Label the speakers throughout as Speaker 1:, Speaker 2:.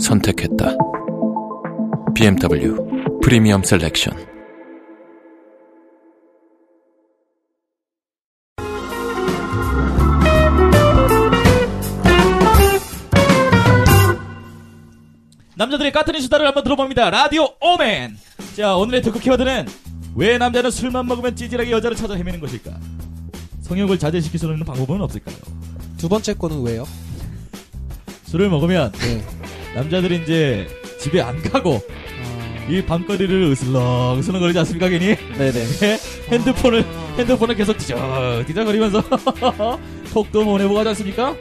Speaker 1: 선택했다. BMW 프리미엄 셀렉션.
Speaker 2: 남자들의 까트린 수다를 한번 들어봅니다. 라디오 오맨. 자, 오늘의 토크 키워드는 왜 남자는 술만 먹으면 찌질하게 여자를 찾아 헤매는 것일까? 성욕을 자제시킬 수 있는 방법은 없을까요?
Speaker 3: 두 번째 거는 왜요?
Speaker 2: 술을 먹으면
Speaker 3: 네.
Speaker 2: 남자들이 이제 집에 안 가고
Speaker 4: 아.
Speaker 2: 이 밤거리를 으슬렁 으슬렁거리지 않습니까, 괜히?
Speaker 3: 네네.
Speaker 2: 예? 핸드폰을
Speaker 4: 아.
Speaker 2: 핸드폰을 계속 뒤적뒤적거리면서 톡도 보내보고 하지 않습니까?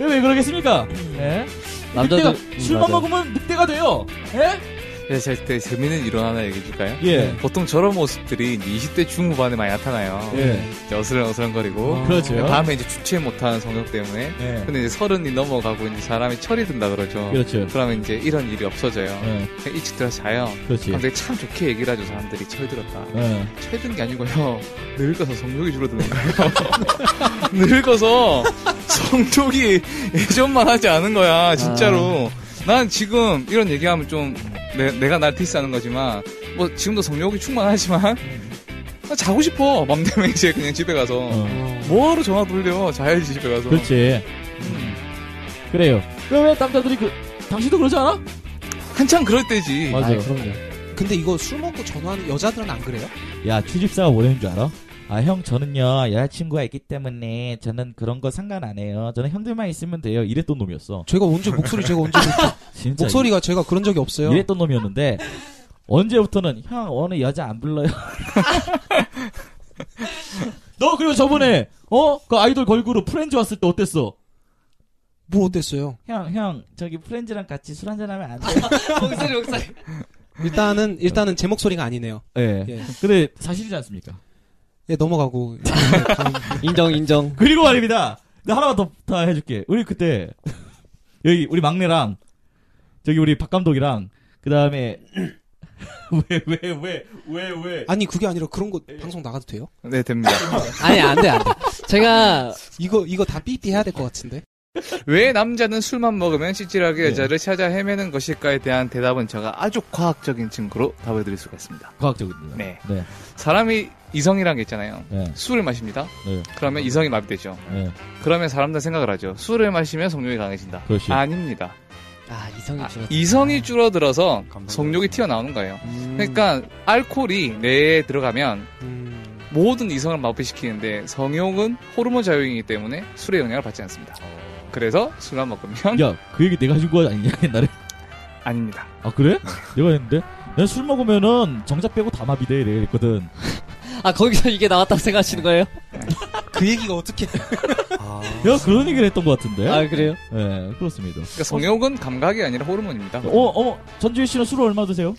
Speaker 2: 왜, 왜 그러겠습니까? 예?
Speaker 4: 음. 남자들-
Speaker 2: 늑대가,
Speaker 4: 음,
Speaker 2: 술만
Speaker 4: 맞아요.
Speaker 2: 먹으면 늑대가 돼요. 예?
Speaker 4: 네, 제가 그때 재밌는 일화 하나 얘기해줄까요?
Speaker 2: 예.
Speaker 4: 보통 저런 모습들이 이제 20대 중후반에 많이 나타나요.
Speaker 2: 예.
Speaker 4: 이제 어슬렁어슬렁거리고.
Speaker 2: 그렇죠.
Speaker 4: 다음에 이제 주체 못하는 성격 때문에.
Speaker 2: 예.
Speaker 4: 근데 이제 서른이 넘어가고 이제 사람이 철이 든다 그러죠.
Speaker 2: 그렇죠.
Speaker 4: 그러면 이제 이런 일이 없어져요.
Speaker 2: 예.
Speaker 4: 그냥 일찍 들어서 자요. 아,
Speaker 2: 그렇지.
Speaker 4: 근데 참 좋게 얘기를 하죠. 사람들이 철 들었다.
Speaker 2: 예.
Speaker 4: 철 든 게 아니고요. 늙어서 성욕이 줄어드는 거예요. 늙어서 성욕이 예전만 하지 않은 거야. 진짜로.
Speaker 2: 아.
Speaker 4: 난 지금 이런 얘기하면 좀 내, 가날 디스하는 거지만 뭐 지금도 성욕이 충만하지만 나 자고 싶어. 맘대로 이제 그냥 집에 가서.
Speaker 2: 음. 어. 그렇죠.
Speaker 4: 뭐하러 전화 돌려. 자야지 집에 가서.
Speaker 2: 그렇지. 그래요. 그럼 왜 남자들이 그 당신도 그러지 않아?
Speaker 4: 한참 그럴 때지.
Speaker 2: 맞아요.
Speaker 3: 근데 이거 술 먹고 전화하는 여자들은 안 그래요?
Speaker 2: 야 취집사가 뭐라는 줄 알아? 아 형 저는요 여자친구가 있기 때문에 저는 그런 거 상관 안 해요. 저는 형들만 있으면 돼요. 이랬던 놈이었어.
Speaker 3: 제가 언제 목소리 제가 언제
Speaker 2: 진짜
Speaker 3: 목소리가 제가 그런 적이 없어요.
Speaker 2: 이랬던 놈이었는데 언제부터는 형 오늘 여자 안 불러요. 너 그리고 저번에 어 그 아이돌 걸그룹 프렌즈 왔을 때 어땠어?
Speaker 3: 뭐 어땠어요?
Speaker 2: 형 형 저기 프렌즈랑 같이 술 한잔 하면 안 돼?
Speaker 3: 일단은 일단은 제 목소리가 아니네요.
Speaker 2: 예.
Speaker 3: 예.
Speaker 2: 근데 사실이지 않습니까?
Speaker 3: 예, 넘어가고
Speaker 5: 인정 인정.
Speaker 2: 그리고 말입니다. 나 하나만 더, 더 해줄게. 우리 그때 여기 우리 막내랑 저기 우리 박 감독이랑 그 다음에 왜 왜 왜 왜 왜?
Speaker 3: 아니 그게 아니라 그런 거 방송 나가도 돼요?
Speaker 4: 네, 됩니다.
Speaker 5: 아니 안 돼 안 돼. 제가
Speaker 3: 이거 이거 다 삐삐 해야 될 것 같은데.
Speaker 4: 왜 남자는 술만 먹으면 찌질하게
Speaker 2: 네.
Speaker 4: 여자를 찾아 헤매는 것일까에 대한 대답은 제가 아주 과학적인 증거로 답을 드릴 수가 있습니다.
Speaker 2: 과학적입니다.
Speaker 4: 네.
Speaker 2: 네.
Speaker 4: 사람이 이성이란 게 있잖아요.
Speaker 2: 네.
Speaker 4: 술을 마십니다.
Speaker 2: 네.
Speaker 4: 그러면 이성이 마비되죠.
Speaker 2: 네.
Speaker 4: 그러면 사람들 생각을 하죠. 술을 마시면 성욕이 강해진다.
Speaker 2: 그렇지.
Speaker 4: 아닙니다.
Speaker 5: 아 이성이 줄었.
Speaker 3: 네.
Speaker 4: 이성이 줄어들어서 성욕이 튀어나오는 거예요. 그러니까 알코올이 뇌에 들어가면
Speaker 3: 음,
Speaker 4: 모든 이성을 마비시키는데 성욕은 호르몬 작용이기 때문에 술의 영향을 받지 않습니다. 그래서 술만 먹으면
Speaker 2: 야 그 얘기 내가 해준 거 아니냐 옛날에?
Speaker 4: 아닙니다. 그러니까
Speaker 2: 아 그래? 내가 했는데? 난 술 먹으면은 정작 빼고 다 마비돼 이래 그랬거든.
Speaker 5: 아 거기서 이게 나왔다고 생각하시는 거예요?
Speaker 3: 그 얘기가 어떻게? 아.
Speaker 2: 내가 그런 얘기를 했던 것 같은데.
Speaker 5: 아 그래요?
Speaker 2: 네, 그렇습니다.
Speaker 4: 그러니까 성욕은 감각이 아니라 호르몬입니다.
Speaker 2: 어, 어머, 전주희 씨는 술을 얼마 드세요?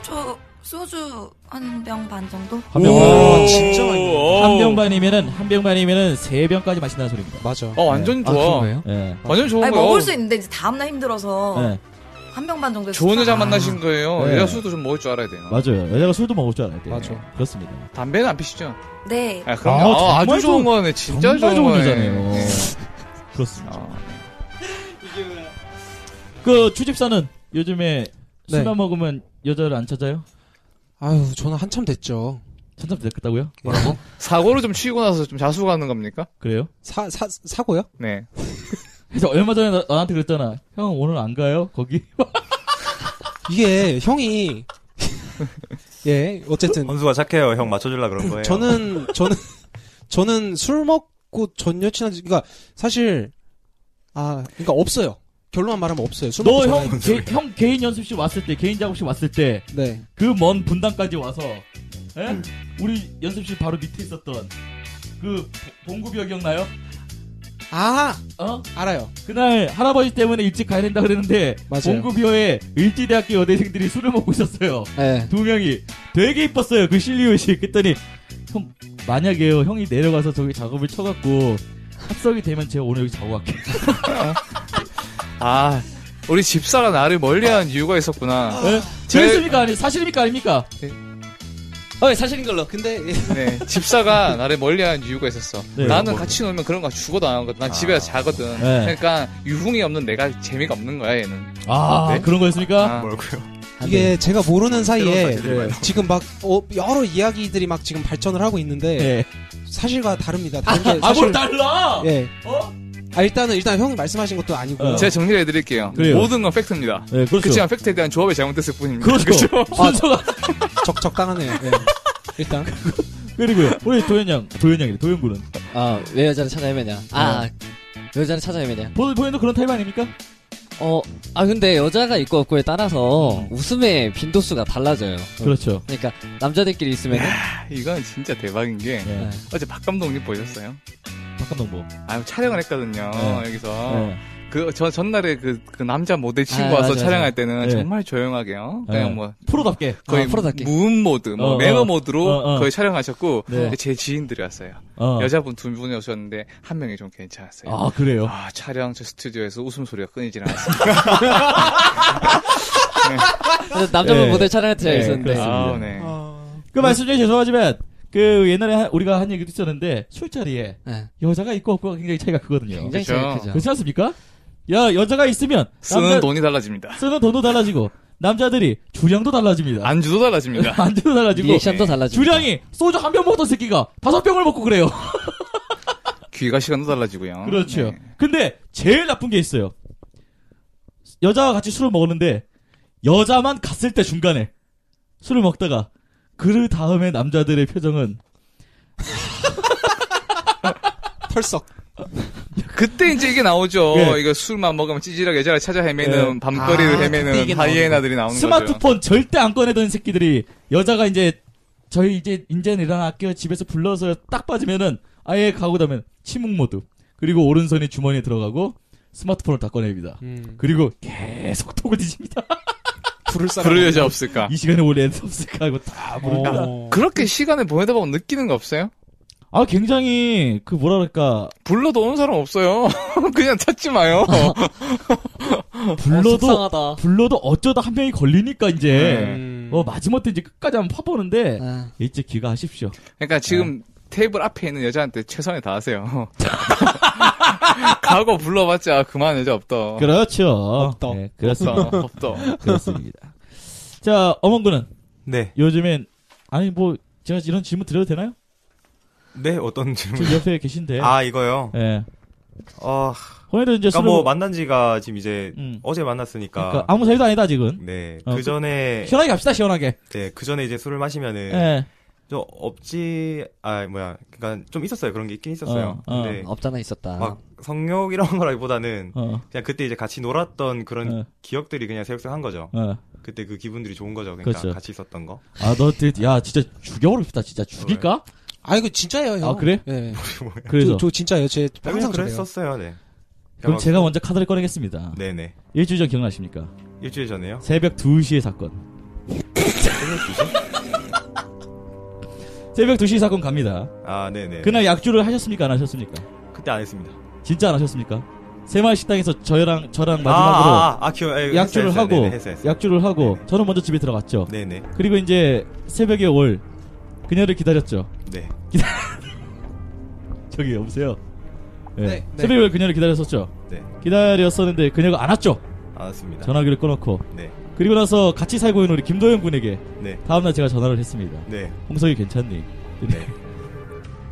Speaker 6: 저 소주 한 병 반 정도?
Speaker 2: 한 병 반.
Speaker 3: 오, 진짜 많이 먹어요.
Speaker 2: 한 병 반이면은, 한 병 반이면은, 세 병까지 마신다는 소리입니다.
Speaker 3: 맞아.
Speaker 4: 어, 완전
Speaker 5: 아, 그런
Speaker 4: 좋아.
Speaker 5: 거예요? 네.
Speaker 2: 예.
Speaker 4: 완전 좋은
Speaker 6: 아니
Speaker 4: 거예요.
Speaker 6: 먹을 수 있는데 이제 다음날 힘들어서
Speaker 2: 예.
Speaker 6: 한 병 반 정도
Speaker 4: 좋은 여자
Speaker 6: 아,
Speaker 4: 만나신 거예요.
Speaker 2: 네.
Speaker 4: 여자 술도 좀 먹을 줄 알아야 돼요.
Speaker 2: 맞아요. 여자가 술도 먹을 줄 알아야 돼요.
Speaker 3: 맞아.
Speaker 2: 그렇습니다.
Speaker 4: 담배는 안 피시죠?
Speaker 6: 네.
Speaker 4: 아, 그럼요.
Speaker 2: 아,
Speaker 4: 아,
Speaker 2: 정말
Speaker 4: 주 좋은
Speaker 2: 좋은-
Speaker 4: 거네. 진짜
Speaker 2: 정말
Speaker 4: 좋은
Speaker 2: 좋은
Speaker 4: 거네.
Speaker 2: 여자네요. 그렇습니다.
Speaker 4: 어.
Speaker 2: 그, 추집사는 요즘에
Speaker 3: 네.
Speaker 2: 술만 먹으면 여자를 안 찾아요?
Speaker 3: 아유, 저는 한참 됐죠.
Speaker 2: 찾아 됐겠다고요?
Speaker 3: 뭐라고?
Speaker 4: 사고를 좀 치고 나서 좀 자수하는 겁니까?
Speaker 2: 그래요?
Speaker 3: 사 사 사고요?
Speaker 4: 네.
Speaker 2: 그래서 얼마 전에 나, 나한테 그랬잖아. 형, 오늘 안 가요? 거기?
Speaker 3: 이게 형이 예, 어쨌든
Speaker 7: 원수가 착해요. 형 맞춰주려 그런
Speaker 2: 네.
Speaker 7: 거예요.
Speaker 3: 저는 저는 저는 술 먹고 전 여친한 그러니까 사실 아 그러니까 없어요. 결론만 말하면 없어요. 술 먹고
Speaker 2: 너
Speaker 3: 전-
Speaker 2: 형, 개, 형 개인 연습실 왔을 때, 개인 작업실 왔을 때,
Speaker 3: 네.
Speaker 2: 그 먼 분당까지 와서 예? 에? 우리 연습실 바로 밑에 있었던 그 봉구벽 기억나요?
Speaker 3: 아
Speaker 2: 어?
Speaker 3: 알아요.
Speaker 2: 그날 할아버지 때문에 일찍 가야 된다 그랬는데
Speaker 3: 맞아요.
Speaker 2: 공급여에 을지대학교 여대생들이 술을 먹고 있었어요.
Speaker 5: 예.
Speaker 2: 두 명이 되게 이뻤어요. 그 실리옷이 그랬더니 형 만약에요 형이 내려가서 저기 작업을 쳐갖고 합석이 되면 제가 오늘 여기 자고 갈게.
Speaker 4: 아, 우리 집사가 나를 멀리한 이유가 있었구나.
Speaker 2: 요 진실입니까 네? 아니 사실입니까 아닙니까?
Speaker 5: 어, 사실인 걸로.
Speaker 3: 근데
Speaker 4: 네, 집사가 나를 멀리한 이유가 있었어.
Speaker 2: 네,
Speaker 4: 나는
Speaker 2: 뭐.
Speaker 4: 같이 놀면 그런 거 죽어도 안 하거든. 난 집에 서 자거든.
Speaker 2: 네.
Speaker 4: 그러니까 유흥이 없는 내가 재미가 없는 거야 얘는.
Speaker 2: 아
Speaker 4: 네?
Speaker 2: 그런 거였습니까?
Speaker 4: 아,
Speaker 7: 뭐라고요?
Speaker 2: 네.
Speaker 3: 이게 제가 모르는 사이에
Speaker 7: 새로운 사실이에요.
Speaker 3: 지금 막 어, 여러 이야기들이 막 지금 발전을 하고 있는데
Speaker 2: 네.
Speaker 3: 사실과 다릅니다. 다른 게
Speaker 2: 아,
Speaker 3: 사실
Speaker 2: 뭘 달라?
Speaker 3: 예.
Speaker 2: 어?
Speaker 3: 아 일단은 일단 형이 말씀하신 것도 아니고
Speaker 2: 어.
Speaker 4: 제가 정리를 해드릴게요.
Speaker 2: 그래요.
Speaker 4: 모든 건 팩트입니다.
Speaker 2: 네, 그렇죠.
Speaker 4: 그렇지만 팩트에 대한 조합이 잘못됐을 뿐입니다.
Speaker 2: 그렇죠. 순서가
Speaker 3: 적 적당하네요. 예. 일단
Speaker 2: 그리고요. 우리 도현 양, 도현 양이래. 도현 군은
Speaker 5: 아, 왜 여자를 찾아 헤매냐. 아, 왜 여자를 찾아 헤매냐.
Speaker 2: 보- 보현도 그런 타입 아닙니까?
Speaker 5: 어, 아, 근데 여자가 있고 없고에 따라서 웃음의 빈도수가 달라져요.
Speaker 2: 그렇죠.
Speaker 5: 그러니까 남자들끼리 있으면
Speaker 4: 이건 진짜 대박인 게
Speaker 2: 네.
Speaker 4: 어제 박 감독님 보셨어요?
Speaker 2: 박감동보.
Speaker 4: 아 촬영을 했거든요
Speaker 2: 네.
Speaker 4: 여기서
Speaker 2: 네.
Speaker 4: 그 저 전날에 그, 그 남자 모델 친구
Speaker 5: 아,
Speaker 4: 와서
Speaker 5: 맞아, 맞아.
Speaker 4: 촬영할 때는
Speaker 2: 네.
Speaker 4: 정말 조용하게요. 그냥
Speaker 2: 네.
Speaker 4: 뭐
Speaker 2: 프로답게.
Speaker 4: 거의
Speaker 5: 아, 프로답게.
Speaker 4: 무음 모드, 뭐
Speaker 2: 어, 어.
Speaker 4: 매너 모드로
Speaker 2: 어, 어.
Speaker 4: 거의 촬영하셨고
Speaker 2: 네.
Speaker 4: 제 지인들이 왔어요.
Speaker 2: 어.
Speaker 4: 여자분 두 분이 오셨는데 한 명이 좀 괜찮았어요.
Speaker 2: 아 그래요.
Speaker 4: 아, 촬영 저 스튜디오에서 웃음 소리가 끊이질 않았어요.
Speaker 5: 그래서 남자분
Speaker 2: 네.
Speaker 5: 모델 촬영할 때
Speaker 2: 네,
Speaker 5: 있었는데.
Speaker 2: 그렇습니다.
Speaker 4: 아, 네.
Speaker 2: 그
Speaker 5: 뭐-
Speaker 2: 말씀 중에 죄송하지만 그 옛날에 한- 우리가 한 얘기도 있었는데 술자리에
Speaker 5: 네.
Speaker 2: 여자가 있고 없고가 굉장히 차이가 크거든요.
Speaker 5: 굉장히
Speaker 4: 그렇죠.
Speaker 5: 차이 크죠.
Speaker 2: 그렇지 않습니까? 야 여자가 있으면
Speaker 4: 쓰는
Speaker 2: 남자-
Speaker 4: 돈이 달라집니다.
Speaker 2: 쓰는 돈도 달라지고 남자들이 주량도 달라집니다.
Speaker 4: 안주도 달라집니다.
Speaker 2: 안주도 달라지고
Speaker 5: 리액션도 달라지고.
Speaker 2: 주량이 소주 한 병 먹던 새끼가 다섯 병을 먹고 그래요.
Speaker 4: 귀가 시간도
Speaker 5: 아,
Speaker 4: 달라지고요.
Speaker 2: 그렇죠.
Speaker 4: 네.
Speaker 2: 근데 제일 나쁜 게 있어요. 여자와 같이 술을 먹었는데 여자만 갔을 때 중간에 술을 먹다가 그 다음에 남자들의 표정은
Speaker 3: 털썩.
Speaker 4: 그때 이제 이게 나오죠.
Speaker 2: 예.
Speaker 4: 이거 술만 먹으면 찌질하게 여자를 찾아 헤매는
Speaker 2: 예.
Speaker 4: 밤거리를
Speaker 3: 아, 그때 이게
Speaker 4: 헤매는
Speaker 3: 나오는
Speaker 4: 하이에나들이 나오는 거죠.
Speaker 2: 스마트폰 절대 안 꺼내던 새끼들이 여자가 이제 저희 이제 인제는 일어날게요 집에서 불러서 딱 빠지면은 아예 가고 나면 침묵 모드 그리고 오른손이 주머니에 들어가고 스마트폰을 다 꺼냅니다. 그리고 계속 톡을 뒤집니다.
Speaker 3: 부를 사람.
Speaker 4: 그럴 여자 없을까?
Speaker 2: 이 시간에 원래 애들 없을까 하고 다 모른다.
Speaker 3: 어.
Speaker 4: 그렇게 시간을 보내다 보면 느끼는 거 없어요?
Speaker 2: 아 굉장히 그 뭐랄까
Speaker 4: 불러도 오는 사람 없어요. 그냥 찾지 마요.
Speaker 5: 어,
Speaker 2: 불러도
Speaker 5: 속상하다.
Speaker 2: 불러도 어쩌다 한 명이 걸리니까 이제
Speaker 5: 네.
Speaker 3: 음.
Speaker 2: 어 마지못해 이제 끝까지 한번 파보는데
Speaker 5: 아.
Speaker 2: 일찍 귀가하십시오.
Speaker 4: 그러니까
Speaker 2: 네.
Speaker 4: 지금 테이블 앞에 있는 여자한테 최선을 다하세요. 가고 불러봤자 그만 여자
Speaker 5: 어.
Speaker 4: 없다.
Speaker 2: 그렇죠.
Speaker 3: 없다.
Speaker 2: 네, 그렇습니다.
Speaker 4: 없다. 없다.
Speaker 2: 그렇습니다. 자 어mon군은
Speaker 7: 네.
Speaker 2: 요즘엔 아니 뭐 제가 이런 질문 드려도 되나요?
Speaker 7: 네, 어떤 질문?
Speaker 2: 지금 옆에 계신데.
Speaker 7: 아, 이거요.
Speaker 2: 예.
Speaker 7: 어,
Speaker 2: 혼에도 이제
Speaker 7: 그러니까
Speaker 2: 술을
Speaker 7: 뭐
Speaker 2: 먹-
Speaker 7: 만난 지가 지금 이제
Speaker 2: 음.
Speaker 7: 어제
Speaker 2: 그러니까
Speaker 7: 만났으니까.
Speaker 2: 아무 사이도 아니다 지금.
Speaker 7: 네.
Speaker 2: 어,
Speaker 7: 그 전에
Speaker 2: 시원하게 갑시다 시원하게.
Speaker 7: 네, 그 전에 이제 술을 마시면은
Speaker 2: 예.
Speaker 7: 좀 없지 아, 뭐야. 그러니까 좀 있었어요. 그런 게 있긴 있었어요.
Speaker 2: 어, 어.
Speaker 7: 근데
Speaker 5: 없잖아 있었다.
Speaker 7: 네. 막 성욕 이런 거라기보다는
Speaker 2: 어.
Speaker 7: 그냥 그때 이제 같이 놀았던 그런
Speaker 2: 어.
Speaker 7: 기억들이 그냥 새록새록 한 거죠.
Speaker 2: 어.
Speaker 7: 그때 그 기분들이 좋은 거죠. 그러니까
Speaker 2: 그렇죠.
Speaker 7: 같이 있었던 거.
Speaker 2: 아너야 진짜 죽여버립시다 진짜
Speaker 7: 어,
Speaker 2: 죽일까?
Speaker 3: 아 이거 진짜예요. 형.
Speaker 2: 아, 그래?
Speaker 3: 예.
Speaker 7: 네.
Speaker 2: 그래서
Speaker 3: 저, 저 진짜예요. 제
Speaker 2: 아,
Speaker 7: 항상
Speaker 3: 항상 그래요.
Speaker 7: 그랬었어요. 네.
Speaker 2: 그럼 제가 먼저 카드를 꺼내겠습니다.
Speaker 7: 네, 네.
Speaker 2: 일주일 전 기억나십니까?
Speaker 7: 일주일 전에요. 네,
Speaker 2: 새벽 2시의 사건. 새벽 2시 사건 갑니다.
Speaker 7: 아, 네, 네.
Speaker 2: 그날 약주를 하셨습니까? 안 하셨습니까?
Speaker 7: 그때 안 했습니다.
Speaker 2: 진짜 안 하셨습니까? 새마을 식당에서 저랑 저랑 마지막으로
Speaker 7: 아, 아, 아, 기억, 예,
Speaker 2: 약주를
Speaker 7: 했어요, 했어요.
Speaker 2: 하고
Speaker 7: 네네, 했어요, 했어요.
Speaker 2: 약주를 하고
Speaker 7: 네네.
Speaker 2: 저는 먼저 집에 들어갔죠.
Speaker 7: 네네.
Speaker 2: 그리고 이제 새벽에 올 그녀를 기다렸죠.
Speaker 7: 네.
Speaker 2: 저기 여보세요. 예.
Speaker 3: 네, 네.
Speaker 2: 새벽에 올 그녀를 기다렸었죠.
Speaker 7: 네.
Speaker 2: 기다렸었는데 그녀가 안 왔죠.
Speaker 7: 알았습니다.
Speaker 2: 전화기를 끊었고
Speaker 7: 네.
Speaker 2: 그리고 나서 같이 살고 있는 우리 김도현 군에게
Speaker 7: 네.
Speaker 2: 다음날 제가 전화를 했습니다.
Speaker 7: 네.
Speaker 2: 홍석이 괜찮니?
Speaker 7: 네.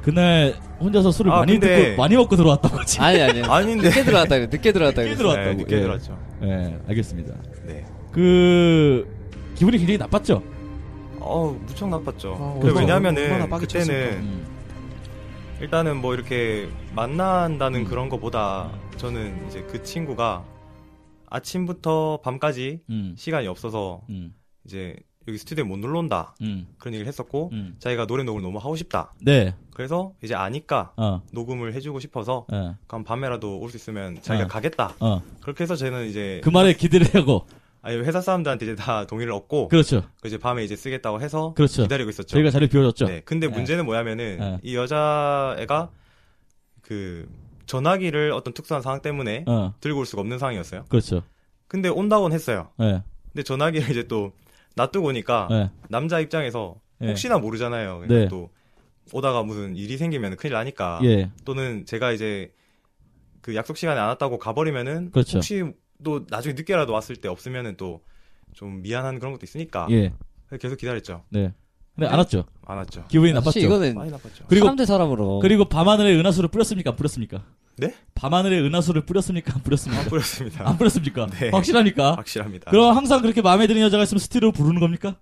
Speaker 2: 그날 혼자서 술을
Speaker 7: 아,
Speaker 2: 많이
Speaker 7: 근데-
Speaker 2: 듣고 많이 먹고 들어왔다고 지금.
Speaker 5: 아니 아니. 아니.
Speaker 7: 아닌데.
Speaker 5: 늦게 들어왔다 그래. 늦게 들어왔다
Speaker 2: 늦게
Speaker 5: 그래.
Speaker 2: 들어왔다고.
Speaker 7: 네, 늦게
Speaker 2: 예.
Speaker 7: 들어왔죠.
Speaker 2: 예, 알겠습니다.
Speaker 7: 네.
Speaker 2: 그 기분이 굉장히 나빴죠.
Speaker 7: 어우, 무척 나빴죠.
Speaker 3: 아,
Speaker 7: 그래,
Speaker 3: 얼마나- 얼마나
Speaker 2: 뭐
Speaker 7: 왜냐면은,
Speaker 3: 빠게
Speaker 7: 그때는,
Speaker 3: 쳤을까.
Speaker 2: 음,
Speaker 7: 일단은 뭐 이렇게
Speaker 2: 음.
Speaker 7: 만난다는 그런 거보다, 저는 이제 그 친구가 아침부터 밤까지
Speaker 2: 음,
Speaker 7: 시간이 없어서,
Speaker 2: 음.
Speaker 7: 이제 여기 스튜디오에 못 놀러 온다
Speaker 2: 음.
Speaker 7: 그런 얘기를 했었고
Speaker 2: 음.
Speaker 7: 자기가 노래 녹음을 너무 하고 싶다
Speaker 2: 네.
Speaker 7: 그래서 이제 아니까
Speaker 2: 어.
Speaker 7: 녹음을 해주고 싶어서
Speaker 2: 예.
Speaker 7: 그럼 밤에라도 올 수 있으면 자기가
Speaker 2: 어.
Speaker 7: 가겠다
Speaker 2: 어.
Speaker 7: 그렇게 해서 저는 이제
Speaker 2: 그 말에 기대를 하고.
Speaker 7: 아니 회사 사람들한테 이제 다 동의를 얻고
Speaker 2: 그렇죠.
Speaker 7: 그 이제 밤에 이제 쓰겠다고 해서
Speaker 2: 그렇죠.
Speaker 7: 기다리고 있었죠.
Speaker 2: 저희가 자리를 비워줬죠.
Speaker 7: 네. 근데 문제는 뭐냐면은
Speaker 2: 네.
Speaker 7: 이 여자애가 그 전화기를 어떤 특수한 상황 때문에
Speaker 2: 어.
Speaker 7: 들고 올 수가 없는 상황이었어요.
Speaker 2: 그렇죠.
Speaker 7: 근데 온다고는 했어요.
Speaker 2: 예.
Speaker 7: 근데 전화기를 이제 또 놔두고 오니까
Speaker 2: 예.
Speaker 7: 남자 입장에서
Speaker 2: 예.
Speaker 7: 혹시나 모르잖아요. 그러니까
Speaker 2: 네.
Speaker 7: 또 오다가 무슨 일이 생기면 큰일 나니까
Speaker 2: 예.
Speaker 7: 또는 제가 이제 그 약속 시간에 안 왔다고 가버리면은
Speaker 2: 그렇죠.
Speaker 7: 혹시 또 나중에 늦게라도 왔을 때 없으면은 또 좀 미안한 그런 것도 있으니까
Speaker 2: 예.
Speaker 7: 계속 기다렸죠.
Speaker 2: 네. 근데 안 왔죠.
Speaker 7: 안 왔죠.
Speaker 2: 기분이 나빴죠.
Speaker 5: 사실 이거는
Speaker 7: 많이 나빴죠.
Speaker 2: 그리고-
Speaker 5: 사람 대 사람으로.
Speaker 2: 그리고 밤하늘에 은하수를 뿌렸습니까? 안 뿌렸습니까?
Speaker 7: 네?
Speaker 2: 밤하늘에 은하수를 뿌렸습니까? 안 뿌렸습니까?
Speaker 7: 안 아, 뿌렸습니다.
Speaker 2: 안 뿌렸습니까?
Speaker 7: 네.
Speaker 2: 확실합니까?
Speaker 7: 확실합니다.
Speaker 2: 그럼 항상 그렇게 마음에 드는 여자가 있으면 스티로 부르는 겁니까?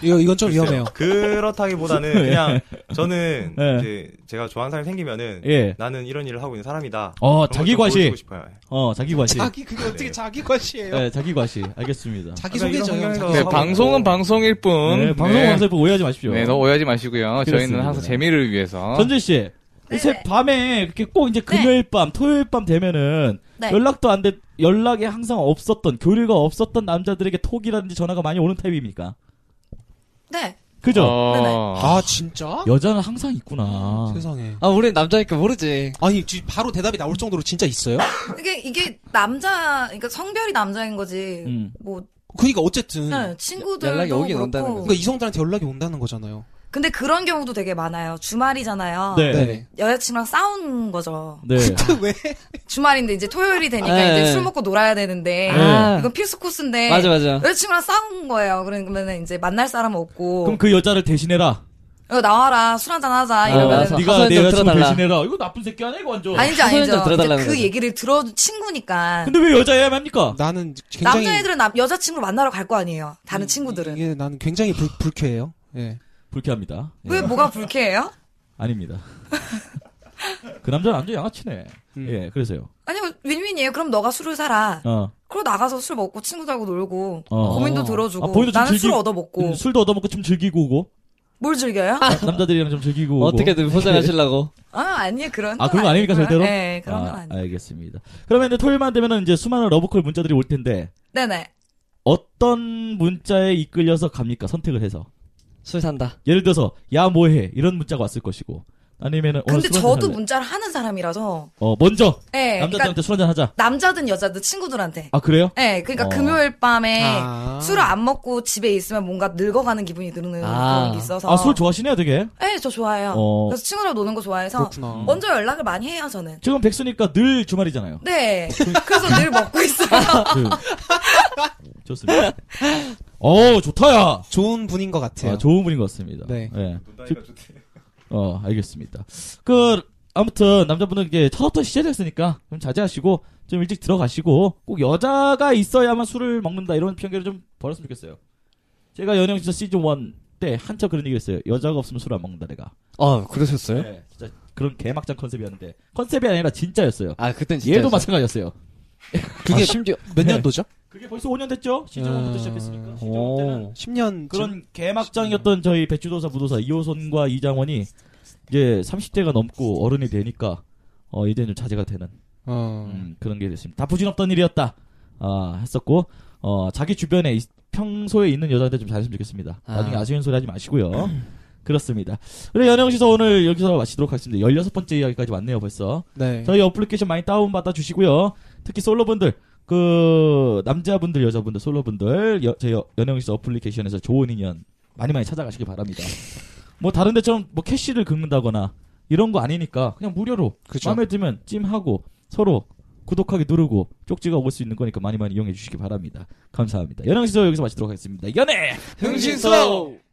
Speaker 3: 이거 이건 좀 위험해요.
Speaker 7: 그렇다기보다는 그냥 저는
Speaker 2: 네.
Speaker 7: 이제 제가 좋아하는 사람이 생기면은
Speaker 2: 예.
Speaker 7: 나는 이런 일을 하고 있는 사람이다.
Speaker 2: 어,
Speaker 7: 그런
Speaker 2: 자기
Speaker 7: 걸좀
Speaker 2: 과시.
Speaker 7: 보여주고 싶어요.
Speaker 2: 어, 자기 과시.
Speaker 3: 자기 그게 어떻게 자기 것이에요?
Speaker 2: 네, 자기 과시. 알겠습니다.
Speaker 3: 자기
Speaker 7: 그러니까
Speaker 3: 소개죠.
Speaker 7: 이런
Speaker 3: 자기
Speaker 7: 환경에서
Speaker 4: 네,
Speaker 3: 소개.
Speaker 7: 하고
Speaker 4: 방송은 방송일 뿐.
Speaker 2: 어, 네, 방송
Speaker 4: 네.
Speaker 2: 방송 보고 오해하지 마십시오.
Speaker 4: 네, 너무 오해하지 마시고요. 저희는
Speaker 2: 그렇습니다.
Speaker 4: 항상 재미를 위해서.
Speaker 2: 전재 씨. 요새
Speaker 6: 네네.
Speaker 2: 밤에 그렇게 꼭 이제
Speaker 6: 네.
Speaker 2: 금요일 밤, 토요일 밤 되면은
Speaker 6: 네.
Speaker 2: 연락도 안 돼, 연락이 항상 없었던 교류가 없었던 남자들에게 톡이라든지 전화가 많이 오는 타입입니까?
Speaker 6: 네.
Speaker 2: 그죠?
Speaker 4: 어,
Speaker 3: 아 진짜?
Speaker 2: 여자는 항상 있구나.
Speaker 3: 세상에.
Speaker 5: 아, 우린 남자니까 모르지.
Speaker 3: 아니 지- 바로 대답이 나올 정도로 진짜 있어요?
Speaker 6: 이게 이게 남자 그러니까 성별이 남자인 거지.
Speaker 2: 음.
Speaker 6: 뭐
Speaker 3: 그러니까 어쨌든
Speaker 6: 네, 친구들도
Speaker 5: 음. 연락이 오긴
Speaker 6: 그렇고.
Speaker 5: 온다는 거죠.
Speaker 3: 그러니까 이성들한테 연락이 온다는 거잖아요.
Speaker 6: 근데 그런 경우도 되게 많아요. 주말이잖아요. 아,
Speaker 2: 네.
Speaker 6: 여자친구랑 싸운 거죠.
Speaker 2: 네.
Speaker 3: 왜?
Speaker 6: 주말인데 이제 토요일이 되니까
Speaker 5: 네.
Speaker 6: 이제 술 먹고 놀아야 되는데
Speaker 5: 아.
Speaker 6: 이건 필수 코스인데
Speaker 5: 맞아, 맞아.
Speaker 6: 여자친구랑 싸운 거예요. 그러면 이제 만날 사람 없고
Speaker 2: 그럼 그 여자를 대신해라. 어,
Speaker 6: 어, 나와라 술 한잔 하자
Speaker 5: 아,
Speaker 6: 이러면
Speaker 5: 맞아.
Speaker 2: 네가
Speaker 5: 하소연
Speaker 2: 내
Speaker 5: 좀
Speaker 2: 여자친구
Speaker 5: 들어달라.
Speaker 2: 대신해라. 이거 나쁜 새끼 아니야 이거 완전.
Speaker 6: 아니지
Speaker 5: 하소연
Speaker 6: 아니죠.
Speaker 5: 좀 들어달라는
Speaker 6: 이제 그
Speaker 5: 거죠.
Speaker 6: 얘기를 들어 친구니까
Speaker 2: 근데 왜 여자애야
Speaker 5: 아.
Speaker 2: 합니까?
Speaker 3: 나는 굉장히
Speaker 6: 남자애들은 남, 여자친구 만나러 갈 거 아니에요.
Speaker 2: 음,
Speaker 6: 다른
Speaker 2: 예.
Speaker 6: 친구들은
Speaker 3: 이게 나는 굉장히 불, 불쾌해요. 예.
Speaker 2: 불쾌합니다. 예.
Speaker 6: 왜 뭐가 불쾌해요?
Speaker 2: 아닙니다. 그 남자는 완전 양아치네.
Speaker 3: 음.
Speaker 2: 예, 그래서요.
Speaker 6: 아니 윈윈이에요. 그럼 너가 술을 사라.
Speaker 2: 어.
Speaker 6: 그러 나가서 술 먹고 친구들하고 놀고
Speaker 2: 어.
Speaker 6: 고민도
Speaker 3: 어.
Speaker 6: 들어주고
Speaker 2: 아, 본인도 좀
Speaker 6: 나는 술
Speaker 2: 즐기-
Speaker 6: 얻어 먹고
Speaker 2: 음, 아. 술도 얻어먹고 좀 즐기고 오고.
Speaker 6: 뭘
Speaker 2: 나-
Speaker 6: 즐겨요?
Speaker 2: 남자들이랑 좀 즐기고 아, 오고.
Speaker 5: 어떻게든 포장하시려고.
Speaker 6: 아 아니에요 그런
Speaker 2: 아,
Speaker 6: 건
Speaker 2: 그런 거 아닙니까,
Speaker 6: 아니고요.
Speaker 2: 절대로?
Speaker 6: 네 그런 건
Speaker 2: 아,
Speaker 6: 아니에요.
Speaker 2: 알겠습니다. 그러면 이제 토요일만 되면 이제 수많은 러브콜 문자들이 올 텐데,
Speaker 6: 네네.
Speaker 2: 어떤 문자에 이끌려서 갑니까? 선택을 해서.
Speaker 5: 술 산다.
Speaker 2: 예를 들어서, 야, 뭐해? 이런 문자가 왔을 것이고. 아니면은, 오늘
Speaker 6: 근데
Speaker 2: 술 한잔
Speaker 6: 저도
Speaker 2: 할래?
Speaker 6: 문자를 하는 사람이라서
Speaker 2: 어, 먼저!
Speaker 6: 네,
Speaker 2: 남자들한테
Speaker 6: 그러니까
Speaker 2: 술 한잔 하자.
Speaker 6: 남자든 여자든 친구들한테
Speaker 2: 아, 그래요?
Speaker 6: 네, 그러니까
Speaker 2: 어.
Speaker 6: 금요일 밤에
Speaker 3: 아.
Speaker 6: 술을 안 먹고 집에 있으면 뭔가 늙어가는 기분이 드는
Speaker 5: 아.
Speaker 6: 그런 게 있어서
Speaker 2: 아, 술 좋아하시네요, 되게.
Speaker 6: 네, 저 좋아해요.
Speaker 2: 어.
Speaker 6: 그래서 친구랑 노는 거 좋아해서
Speaker 3: 그렇구나.
Speaker 6: 먼저 연락을 많이 해요 저는.
Speaker 2: 지금 백수니까 늘 주말이잖아요.
Speaker 6: 네, 그래서 늘 먹고 있어요.
Speaker 2: 그- 좋습니다. 어 좋다, 야!
Speaker 3: 좋은 분인 것 같아요.
Speaker 2: 아, 좋은 분인 것 같습니다.
Speaker 3: 네.
Speaker 2: 예. 어, 알겠습니다. 그, 아무튼, 남자분은 이게 첫부터 시작했으니까, 좀 자제하시고, 좀 일찍 들어가시고, 꼭 여자가 있어야만 술을 먹는다, 이런 편견을 좀 버렸으면 좋겠어요. 제가 연영 진짜 시즌1 때 한참 그런 얘기 했어요. 여자가 없으면 술 안 먹는다, 내가.
Speaker 5: 아, 그러셨어요?
Speaker 2: 네, 진짜 그런 개막장 컨셉이었는데, 컨셉이 아니라 진짜였어요.
Speaker 5: 아, 그땐 진짜.
Speaker 2: 얘도 마찬가지였어요.
Speaker 3: 그게 몇
Speaker 5: 네.
Speaker 3: 년도죠?
Speaker 2: 그게 벌써 5년 됐죠? 시즌1부터
Speaker 3: 음.
Speaker 2: 시작했으니까. 시즌1 때는
Speaker 5: 오.
Speaker 3: 10년
Speaker 2: 그런 개막장이었던 저희 배추도사 부도사 이호선과 이장원이 이제 30대가 넘고 어른이 되니까 어 이제는 좀 자제가 되는
Speaker 3: 어.
Speaker 2: 음, 그런 게 됐습니다. 다부진없던 일이었다. 아 했었고 어 자기 주변에 있- 평소에 있는 여자한테 좀 잘했으면 좋겠습니다. 나중에
Speaker 5: 아.
Speaker 2: 아쉬운 소리 하지 마시고요. 그렇습니다. 그래 연영 씨서 오늘 여기서 마치도록 하겠습니다. 16번째 이야기까지 왔네요 벌써.
Speaker 3: 네.
Speaker 2: 저희 어플리케이션 많이 다운 받아 주시고요. 특히 솔로분들 그 남자분들 여자분들 솔로분들 여, 저희 연영씨 어플리케이션에서 좋은 인연 많이 많이 찾아가시기 바랍니다. 뭐 다른 데처럼 뭐 캐시를 긁는다거나 이런 거 아니니까 그냥 무료로
Speaker 3: 그죠.
Speaker 2: 마음에 들면 찜하고 서로 구독하기 누르고 쪽지가 올 수 있는 거니까 많이 많이 이용해 주시기 바랍니다. 감사합니다. 연영씨 저 여기서 마치도록 하겠습니다. 연애
Speaker 5: 흥신소!